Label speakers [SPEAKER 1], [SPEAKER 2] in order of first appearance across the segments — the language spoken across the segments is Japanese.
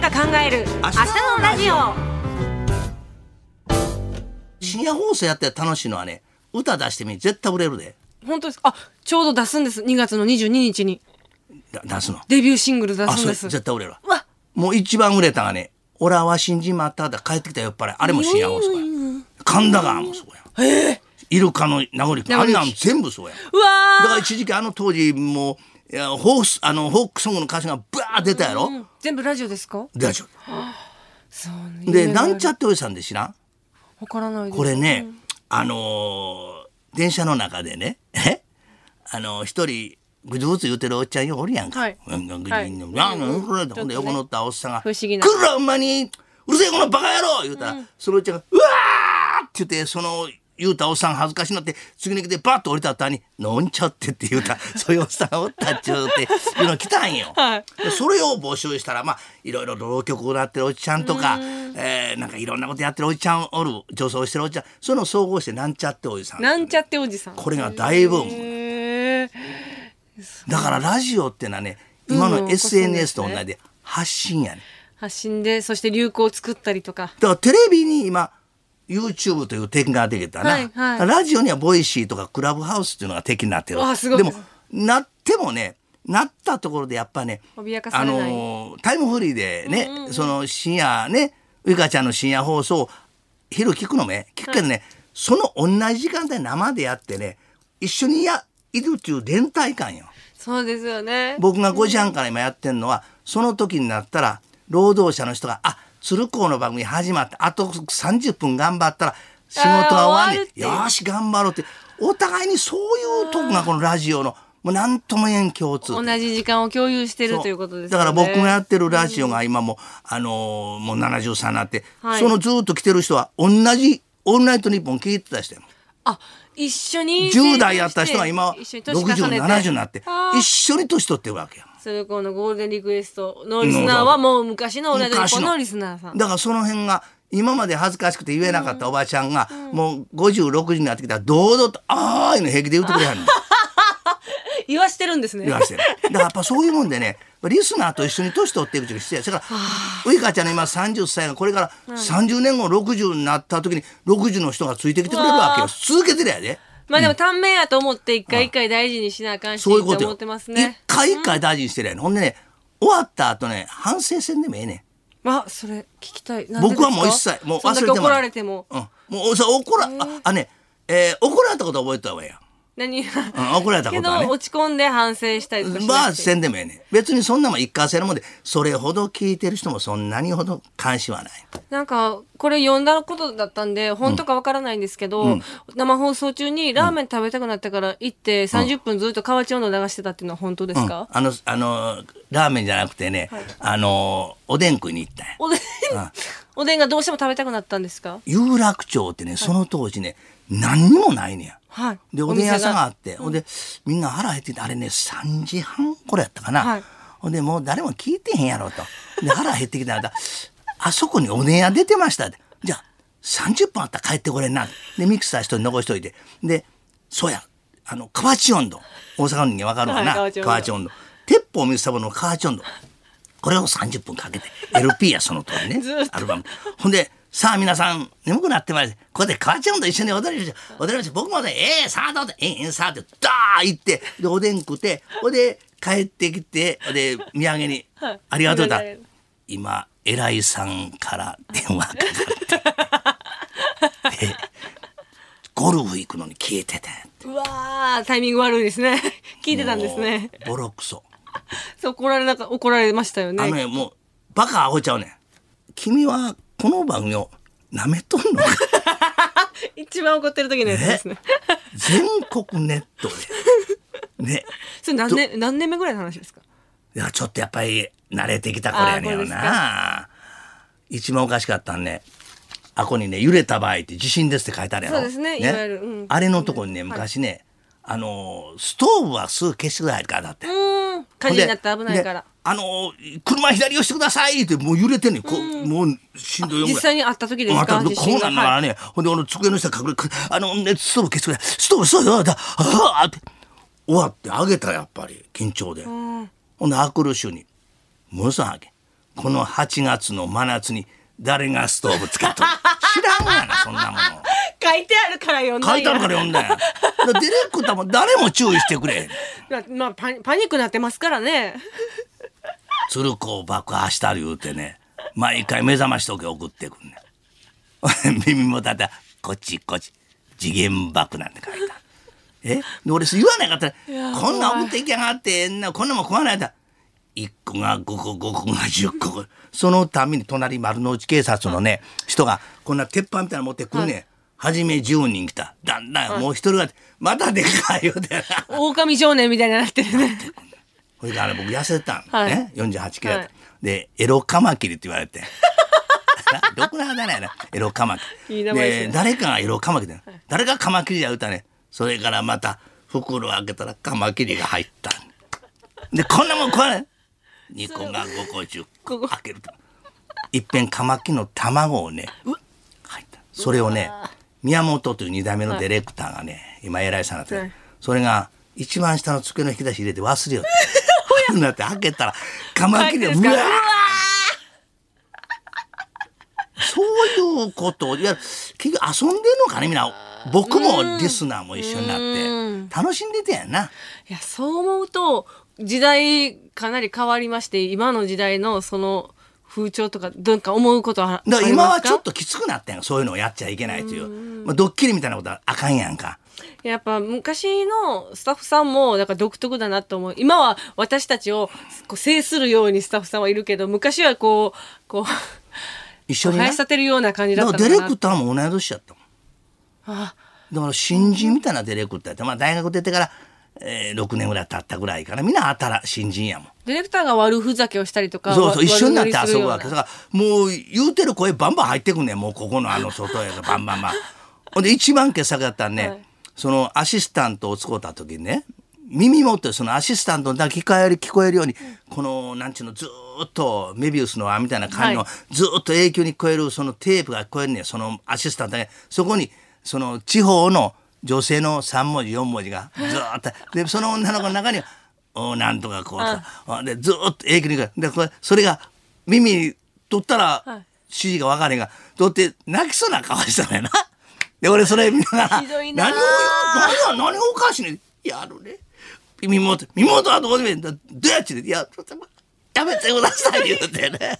[SPEAKER 1] が考える明日のラジオ
[SPEAKER 2] 深夜放送やって楽しいのはね歌出してみ絶対売れるで
[SPEAKER 1] 本当ですあちょうど出すんです2月の22日に
[SPEAKER 2] だ出すの
[SPEAKER 1] デビューシングル出
[SPEAKER 2] あ
[SPEAKER 1] すん
[SPEAKER 2] それ
[SPEAKER 1] です
[SPEAKER 2] 絶対売れるわ
[SPEAKER 1] わ
[SPEAKER 2] もう一番売れたのがね「俺は新人待った」だ帰ってきたよっぱりあれも深夜放送や神田川もそうやんイルカの名残君あんなん全部そうやん
[SPEAKER 1] うわ
[SPEAKER 2] だ
[SPEAKER 1] ー
[SPEAKER 2] から一時期あの当時もういやホースあのホークソングの歌詞がバーッ出たやろ
[SPEAKER 1] 全部ラジオですか
[SPEAKER 2] 出たでしょ
[SPEAKER 1] そうね
[SPEAKER 2] でなん
[SPEAKER 1] ち
[SPEAKER 2] ちゃっておじさんで知らん
[SPEAKER 1] わからないです
[SPEAKER 2] これね、あのー電車の中でね、えあのー一人、ぐずぐず言うてるおっちゃんよ、おるやんか。
[SPEAKER 1] はい
[SPEAKER 2] うんうんぐずぐず
[SPEAKER 1] はい
[SPEAKER 2] ぐずぐずなんなんこれ
[SPEAKER 1] ちょっ
[SPEAKER 2] ほ
[SPEAKER 1] とね
[SPEAKER 2] んで横乗ったおっさんが、
[SPEAKER 1] 不思議な
[SPEAKER 2] 来るわ、ほんまにうるせえ、このバカ野郎言うたら、そのおっちゃんが、うわーって言って、その、言うたおっさん恥ずかしなって、次に来てバッと降りた後に、飲んちゃってって言うた、そういうおっさんおったっちゅうて、いうの来たんよ。
[SPEAKER 1] はい
[SPEAKER 2] でそれを募集したらまあいろいろ浪曲をなってるおじちゃんとか、えーなんかいろんなことやってるおじちゃんおる女装してるおじちゃんその総合してなんちゃっておじさん
[SPEAKER 1] なんちゃっておじさん
[SPEAKER 2] これが大ブーム
[SPEAKER 1] へー
[SPEAKER 2] だからラジオってのはね今の SNS と同じで発信やね
[SPEAKER 1] 発信でそして流行を作ったりとか
[SPEAKER 2] だからテレビに今 YouTube という点ができたな、
[SPEAKER 1] はいはい
[SPEAKER 2] ラジオにはボイシーとかクラブハウスっていうのが敵になってる
[SPEAKER 1] わあすごい
[SPEAKER 2] でもなってもねなったところでやっぱね
[SPEAKER 1] 脅かされない
[SPEAKER 2] のータイムフリーでね、その深夜ねウイカちゃんの深夜放送を昼聞くのね聞くけどね、その同じ時間帯生でやってね一緒にやいるっていう連帯感よ。
[SPEAKER 1] そうですよね
[SPEAKER 2] 僕が5時半から今やってんのはその時になったら労働者の人が「あ鶴光の番組始まったあと30分頑張ったら仕事が終わんね
[SPEAKER 1] あー終わるって
[SPEAKER 2] よし頑張ろう」ってお互いにそういうとこがこのラジオのもう何とも言えん共通
[SPEAKER 1] 同じ時間を共有してるということですよ
[SPEAKER 2] だか
[SPEAKER 1] ね
[SPEAKER 2] ら僕がやってるラジオが今もう、あのーもう73になって、
[SPEAKER 1] はい
[SPEAKER 2] そのずっと来てる人は同じ「オールナイトニッポン」聞いてた人やもん
[SPEAKER 1] あ一緒に
[SPEAKER 2] 10代やった人が今
[SPEAKER 1] 一緒に年重ねて
[SPEAKER 2] 6070になって
[SPEAKER 1] あー
[SPEAKER 2] 一緒に年取ってるわけや
[SPEAKER 1] それこのゴールデンリクエストのリスナーはもう昔の同じ
[SPEAKER 2] 昔
[SPEAKER 1] こ
[SPEAKER 2] の
[SPEAKER 1] のリスナーさん
[SPEAKER 2] だからその辺が今まで恥ずかしくて言えなかったおばちゃんが、もう56時になってきたら堂々と「あー」いうの平気で言ってくれはんの
[SPEAKER 1] 言わしてるんですね
[SPEAKER 2] 言わしてるだからやっぱそういうもんでねリスナーと一緒に年取っていくっていうのが必要やだからウイカちゃんの今30歳がこれから30年後60になった時に60の人がついてきてくれるわけよ続けてるやで
[SPEAKER 1] まあでも短命やと思って一回一回大事にしなあかんし
[SPEAKER 2] そういうこと
[SPEAKER 1] と
[SPEAKER 2] よ
[SPEAKER 1] 思ってます
[SPEAKER 2] 一、
[SPEAKER 1] ね
[SPEAKER 2] 回一回大事にしてるやんほんでね終わった後ね反省せんでもええねん
[SPEAKER 1] あそれ聞きたいなんでで
[SPEAKER 2] 僕
[SPEAKER 1] すか
[SPEAKER 2] はもう一切もう忘れて
[SPEAKER 1] そん
[SPEAKER 2] も
[SPEAKER 1] だけ怒られても
[SPEAKER 2] うん、もうさ怒らああね、えー怒られたことは覚えてた方がええやん
[SPEAKER 1] 何
[SPEAKER 2] うん、怒られた
[SPEAKER 1] け
[SPEAKER 2] こと
[SPEAKER 1] ど
[SPEAKER 2] はね。
[SPEAKER 1] 落ち込んで反省したりとかしなくて
[SPEAKER 2] まあせんでもええねん別にそんなもん一過性のもんでそれほど聞いてる人もそんなにほど関心はない
[SPEAKER 1] なんか、これ読んだことだったんで、本当かわからないんですけど、生放送中にラーメン食べたくなったから行って30分ずっと河内温度流してたっていうのは本当です
[SPEAKER 2] うん
[SPEAKER 1] か、
[SPEAKER 2] あのあのラーメンじゃなくてね、あのおでん食いに行ったんや
[SPEAKER 1] おでん、おでんがどうしても食べたくなったんですか
[SPEAKER 2] 有楽町ってねその当時ね、何にもないねや
[SPEAKER 1] はい。
[SPEAKER 2] でおでん屋さんがあ
[SPEAKER 1] お
[SPEAKER 2] ってほんでみんな腹減っててあれね3時半頃やったかな、
[SPEAKER 1] はい
[SPEAKER 2] ほんでもう誰も聞いてへんやろとで腹減ってきたらあそこにおでん屋出てましたってじゃあ30分あったら帰ってこれんなでミキサー一人残しといてでそうやあの河内温度大阪の人間わかるかな、
[SPEAKER 1] はい河内温度
[SPEAKER 2] 河内温度鉄砲水サボの河内温度これを30分かけて LP やその通りね
[SPEAKER 1] ずっと
[SPEAKER 2] アルバムほんでさあ皆さん眠くなってまいりましたここで河内温度一緒に踊りましょう踊りましょう僕もねええさあどうぞええええさあってダー行ってでおでん食ってほんで帰ってきてほんで土産に「
[SPEAKER 1] はい
[SPEAKER 2] ありがとう」だ
[SPEAKER 1] ありがとう
[SPEAKER 2] 今偉いさんから電話かか ってでゴルフ行くのに消えてて
[SPEAKER 1] うわー、タイミング悪いですね。 聞いてたんですね。
[SPEAKER 2] もうボロクソ
[SPEAKER 1] そう、怒られなか、怒られましたよ
[SPEAKER 2] あ
[SPEAKER 1] ね。
[SPEAKER 2] のね、もう、バカアホちゃうねん。君は、この番組を、舐めとん のか
[SPEAKER 1] 一番怒ってる時のやつですね。
[SPEAKER 2] 全国ネットで。ね。
[SPEAKER 1] それ何年、何年目ぐらいの話ですか
[SPEAKER 2] いや、ちょっとやっぱり、慣れてきた頃やねん
[SPEAKER 1] あーこれ
[SPEAKER 2] よ
[SPEAKER 1] です
[SPEAKER 2] な。一番おかしかったんね。あこにね、揺れた場合って地震ですって書いてあるやろ。
[SPEAKER 1] そうですねいわゆるうん
[SPEAKER 2] あれのとこにね、昔ね、あのー、ストーブはすぐ消してくださいから、だって
[SPEAKER 1] う。ーん。火事になったら危ないか
[SPEAKER 2] で
[SPEAKER 1] ら。
[SPEAKER 2] あのー車左をしてくださいってもう揺れてんねんこうもうしんどいよぐらい
[SPEAKER 1] 実際にあった時です
[SPEAKER 2] また
[SPEAKER 1] か
[SPEAKER 2] こ
[SPEAKER 1] 地震
[SPEAKER 2] うなんだからね、ほんで俺の机の下隠れくあのねストーブ消してくれストーブそうよだああって終わってあげたらやっぱり緊張で、ほんであくる週に「ものすごいあげこの8月の真夏に誰がストーブ使っ とる知らんがなそんなもの。
[SPEAKER 1] 書いてあるから読んだんや
[SPEAKER 2] 書いてあるから読ん だんや。だからディレクターも誰も注意してくれへん。
[SPEAKER 1] まあまあパニパニックなってますか らね
[SPEAKER 2] 鶴子を爆破したり言うてね毎回目覚まし時計送ってくんね 耳元あったら「こっちこっち次元爆」なんて書いたえで俺言わなかったらこんなん送っていきやがってんなこんなんも食わないだ1個が5個5個が10個そのために隣丸の内警察のね人がこんな鉄板みたいなの持ってくんねん、初め10人来ただんだんもう一人が「またでかいよ」ってな
[SPEAKER 1] 狼少年みたいになってるね
[SPEAKER 2] それであれ僕痩せたの
[SPEAKER 1] はい
[SPEAKER 2] ね、48キロやった、
[SPEAKER 1] はい
[SPEAKER 2] でエロカマキリって言われて などこの肌なんやなエロカマキ
[SPEAKER 1] いい
[SPEAKER 2] リ
[SPEAKER 1] 名前ですね
[SPEAKER 2] 誰かがエロカマキリだよ、誰がカマキリや歌ねそれからまた袋を開けたらカマキリが入ったでこんなもん食わない2個が5個10個開けるといっぺんカマキリの卵をね入ったそれをね宮本という2代目のディレクターがね今偉いさんになってる、
[SPEAKER 1] はい
[SPEAKER 2] それが一番下の机の引き出し入れて忘れようって なって開けたらカマキリが
[SPEAKER 1] 入ってるん
[SPEAKER 2] う
[SPEAKER 1] ですか
[SPEAKER 2] わーそういうこといや結局遊んでんのかねみんな僕もリスナーも一緒になって楽しんでたやんない
[SPEAKER 1] やそう思うと時代かなり変わりまして今の時代のその風潮とかなんか思うことはあり
[SPEAKER 2] だか
[SPEAKER 1] ますから
[SPEAKER 2] 今はちょっときつくなったんやそういうのをやっちゃいけないというまあ、ドッキリみたいなことはあかんやんか
[SPEAKER 1] やっぱ昔のスタッフさんもなんか独特だなと思う今は私たちをこう制するようにスタッフさんはいるけど昔はこうこ
[SPEAKER 2] 一緒
[SPEAKER 1] う
[SPEAKER 2] に
[SPEAKER 1] 生
[SPEAKER 2] ね
[SPEAKER 1] やさてるような感じだ
[SPEAKER 2] だ
[SPEAKER 1] っ
[SPEAKER 2] か
[SPEAKER 1] た
[SPEAKER 2] ら
[SPEAKER 1] の
[SPEAKER 2] デ
[SPEAKER 1] かな
[SPEAKER 2] ィレクターも同い年やったもん
[SPEAKER 1] あ
[SPEAKER 2] だから新人みたいなディレクターって、まあ、大学出てから、えー、6年ぐらい経ったぐらいからみんな新新人やもん
[SPEAKER 1] ディレクターが悪ふざけをしたりとか
[SPEAKER 2] そうそう
[SPEAKER 1] わ
[SPEAKER 2] 一緒になって
[SPEAKER 1] 悪乗り
[SPEAKER 2] 遊
[SPEAKER 1] する
[SPEAKER 2] ぶ
[SPEAKER 1] よう
[SPEAKER 2] わ
[SPEAKER 1] な
[SPEAKER 2] けだからもう言うてる声バンバン入ってくんねんもうここのあの外やから バンバンバンほんで一番傑作だったんね、
[SPEAKER 1] はい
[SPEAKER 2] そのアシスタントを使うた時にね耳元でそのアシスタントの聞こえる聞こえるように、このなんちゅうのずーっとメビウスの輪みたいな感じの、
[SPEAKER 1] は
[SPEAKER 2] ずーっと永久に聞こえるそのテープが聞こえるねんそのアシスタントねそこにその地方の女性の3文字4文字がずーっとでその女の子の中には「おなんとかこう」とかあでずーっと永久に聞こえるでこれそれが耳に取ったら
[SPEAKER 1] はい
[SPEAKER 2] 指示が分からへんが取って泣きそうな顔したのやな。で俺それ見ながら
[SPEAKER 1] ひどいなあ
[SPEAKER 2] 何を言う何が何がおかしいねやるね身元身元はどうでもいいどどうやっちゅうねいやちょっとやめてください言うてね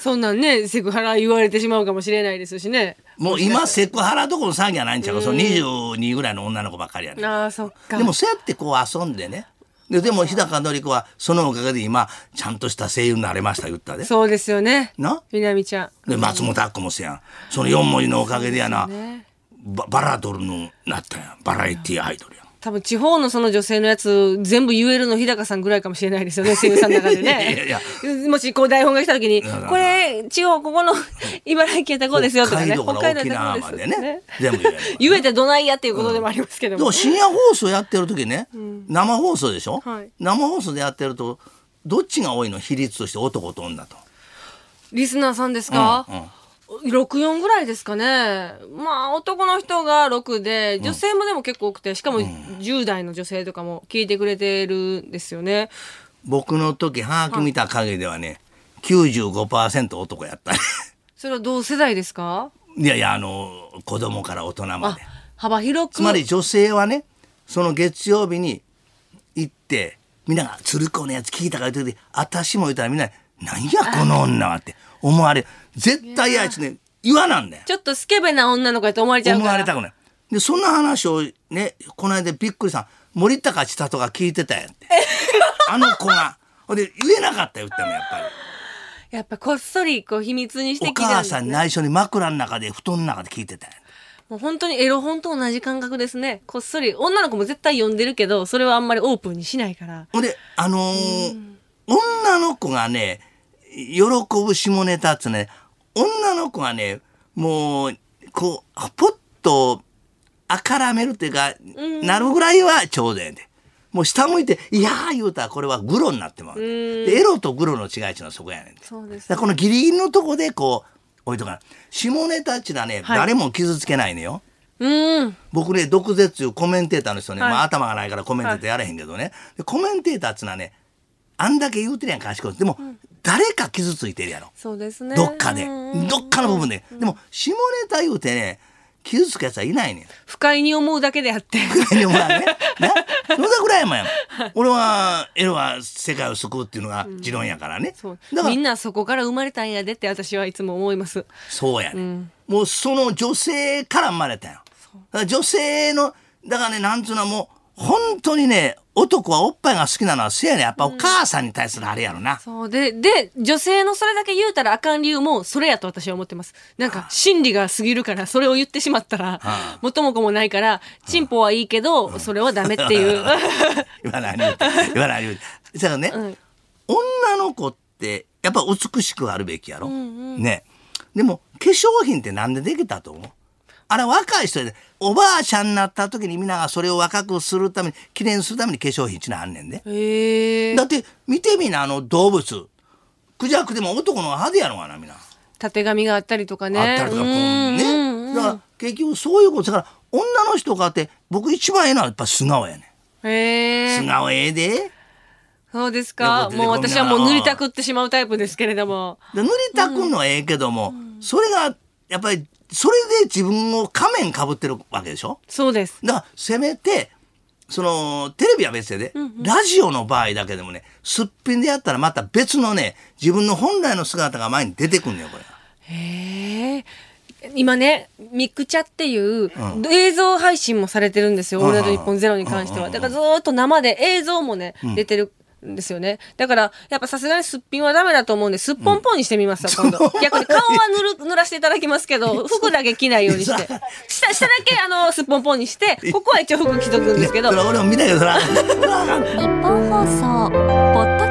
[SPEAKER 1] そんなんねセクハラ言われてしまうかもしれないですしね
[SPEAKER 2] もう今セクハラどころの騒ぎはないんちゃうかその22ぐらいの女の子ばっかりやね
[SPEAKER 1] ああそっか
[SPEAKER 2] でもそうやってこう遊んでねででも日高のり子はそのおかげで今ちゃんとした声優になれました言ったで
[SPEAKER 1] そうですよね
[SPEAKER 2] な
[SPEAKER 1] みなみちゃん
[SPEAKER 2] で松本明子もせやんその4文字のおかげでやな
[SPEAKER 1] ね
[SPEAKER 2] ババラドルになったやんバラエティアイドルやん
[SPEAKER 1] 多分地方のその女性のやつ全部言えるの日高さんぐらいかもしれないです よね声優さんの中で
[SPEAKER 2] いや
[SPEAKER 1] ね
[SPEAKER 2] いや
[SPEAKER 1] もしこう台本が来た時に
[SPEAKER 2] やいや
[SPEAKER 1] 「これ地方ここの茨城県太こうですよ」とか
[SPEAKER 2] 北
[SPEAKER 1] ね
[SPEAKER 2] 海道から沖縄
[SPEAKER 1] 北
[SPEAKER 2] ま
[SPEAKER 1] 海道
[SPEAKER 2] で
[SPEAKER 1] のとこ
[SPEAKER 2] ね全部言える
[SPEAKER 1] 言えてどないやっていうことでもありますけど
[SPEAKER 2] で
[SPEAKER 1] も、
[SPEAKER 2] も深夜放送やってる時ね、生放送でしょ、
[SPEAKER 1] はい
[SPEAKER 2] 生放送でやってるとどっちが多いの比率として男と女と。
[SPEAKER 1] リスナーさんですか、
[SPEAKER 2] うんうん
[SPEAKER 1] 64ぐらいですかねまあ男の人が6で女性もでも結構多くてしかも10代の女性とかも聞いてくれてるんですよね、
[SPEAKER 2] 僕の時把握見た限りではね、95%男やったね
[SPEAKER 1] それは同世代ですか
[SPEAKER 2] いやいやあの子供から大人ま
[SPEAKER 1] あ
[SPEAKER 2] で。
[SPEAKER 1] 幅広く
[SPEAKER 2] つまり女性はねその月曜日に行ってみんなが「鶴子のやつ聞いたから」言って「私も言ったらみんな「なんやこの女は」って思われ絶対あいつね言わなんだよ。
[SPEAKER 1] ちょっとスケベな女の子やと思われちゃう
[SPEAKER 2] 思
[SPEAKER 1] から
[SPEAKER 2] われたくない。で、そんな話をね、この間びっくりした。森高千里が聞いてたやん って。あの子が。ほんで、言えなかったよ、言ってもやっぱり。
[SPEAKER 1] やっぱこっそりこう秘密にして聞
[SPEAKER 2] お
[SPEAKER 1] いてたん
[SPEAKER 2] 母
[SPEAKER 1] です
[SPEAKER 2] さん
[SPEAKER 1] ね
[SPEAKER 2] 内緒に枕の中で、布団の中で聞いてたやん。
[SPEAKER 1] もう本当にエロ本と同じ感覚ですねこっそり女の子も絶対呼んでるけどそれはあんまりオープンにしないから
[SPEAKER 2] ほんで、あのー女の子がね、喜ぶ下ネタっつね、女の子がね、もう、こう、ポッと、あからめるっていうか、なるぐらいはちょうどやで。もう下向いて、いやー言うたらこれはグロになってまう。で、エロとグロの違いっていうのはそこやねん。
[SPEAKER 1] そうです
[SPEAKER 2] だからこのギリギリのとこでこう、置いとかな。下ネタっちゅうのはね、
[SPEAKER 1] はい
[SPEAKER 2] 誰も傷つけないのよ。
[SPEAKER 1] うん
[SPEAKER 2] 僕ね毒舌中コメンテーターの人ね、
[SPEAKER 1] はい
[SPEAKER 2] まあ、頭がないからコメンテーターやれへんけどね、でコメンテーターっつうのはねあんだけ言うてるやん賢いでも、誰か傷ついてるやろ。
[SPEAKER 1] そうですね。
[SPEAKER 2] どっかで
[SPEAKER 1] うんうんうん。
[SPEAKER 2] どっかの部分で。でも、下ネタ言うてね、傷つくやつはいないねん。
[SPEAKER 1] 不快に思うだけであって。
[SPEAKER 2] でもまあね。な、野田倉山やもん。俺は、エロは世界を救うっていうのが持論やからね。
[SPEAKER 1] そう
[SPEAKER 2] だから
[SPEAKER 1] みん、なそこから生まれたんやでって私はいつも思います。
[SPEAKER 2] そうやね、もうその女性から生まれたよ。だから女性の、だからね、なんつうのはもう、本当にね、男はおっぱいが好きなのはせやねんやっぱお母さんに対するあれやろな。
[SPEAKER 1] そうで、で、女性のそれだけ言うたらあかん理由もそれやと私は思ってます。なんか、心理が過ぎるから、それを言ってしまったら、元も子もないから、チンポはいいけど、それはダメっていう。
[SPEAKER 2] 言わない言うて言わない言うてだからね、
[SPEAKER 1] うん
[SPEAKER 2] 女の子ってやっぱ美しくあるべきやろ、ねでも化粧品ってなんでできたと思うあれ若い人でおばあちゃんになった時にみんながそれを若くするために記念するために化粧品っちゅうのあんねんで、
[SPEAKER 1] へえ
[SPEAKER 2] だ。って見てみなあの動物クジャクでも男の派手やろがなみんな。
[SPEAKER 1] たてがみがあったりとかね。
[SPEAKER 2] あったりとかこう
[SPEAKER 1] うん
[SPEAKER 2] ねだから結局そういうことだから女の人がって僕一番ええのはやっぱ素顔やね
[SPEAKER 1] へ
[SPEAKER 2] ん
[SPEAKER 1] え
[SPEAKER 2] 素。顔ええで
[SPEAKER 1] そうです
[SPEAKER 2] よ
[SPEAKER 1] か。
[SPEAKER 2] く出て
[SPEAKER 1] も
[SPEAKER 2] こ
[SPEAKER 1] う
[SPEAKER 2] んな
[SPEAKER 1] 私はもう塗りたくってしまうタイプですけれども。
[SPEAKER 2] で塗りたくんのはええけども、それがやっぱりそれで自分を仮面かぶってるわけでしょ
[SPEAKER 1] そうです。
[SPEAKER 2] だからせめてそのテレビは別でね、ラジオの場合だけでもねすっぴんでやったらまた別のね自分の本来の姿が前に出てくんのよこれ。
[SPEAKER 1] へえ。今ね、ミクチャっていう、映像配信もされてるんですよ。
[SPEAKER 2] うん
[SPEAKER 1] オールナイト日本ゼロに関しては。だからずーっと生で映像もね、出てる。んですよね。だから、やっぱさすがにすっぴんはダメだと思うんで、すっぽんぽんにしてみますわ、今度。逆に顔は塗る、塗らせていただきますけ ど、服だけ着ないようにして。下、下だけ、あの、すっぽんぽんにして、ここは一応服着とくんですけど
[SPEAKER 2] それ、は俺も見たけどそれはそれはあかん
[SPEAKER 3] 日本放送ポッド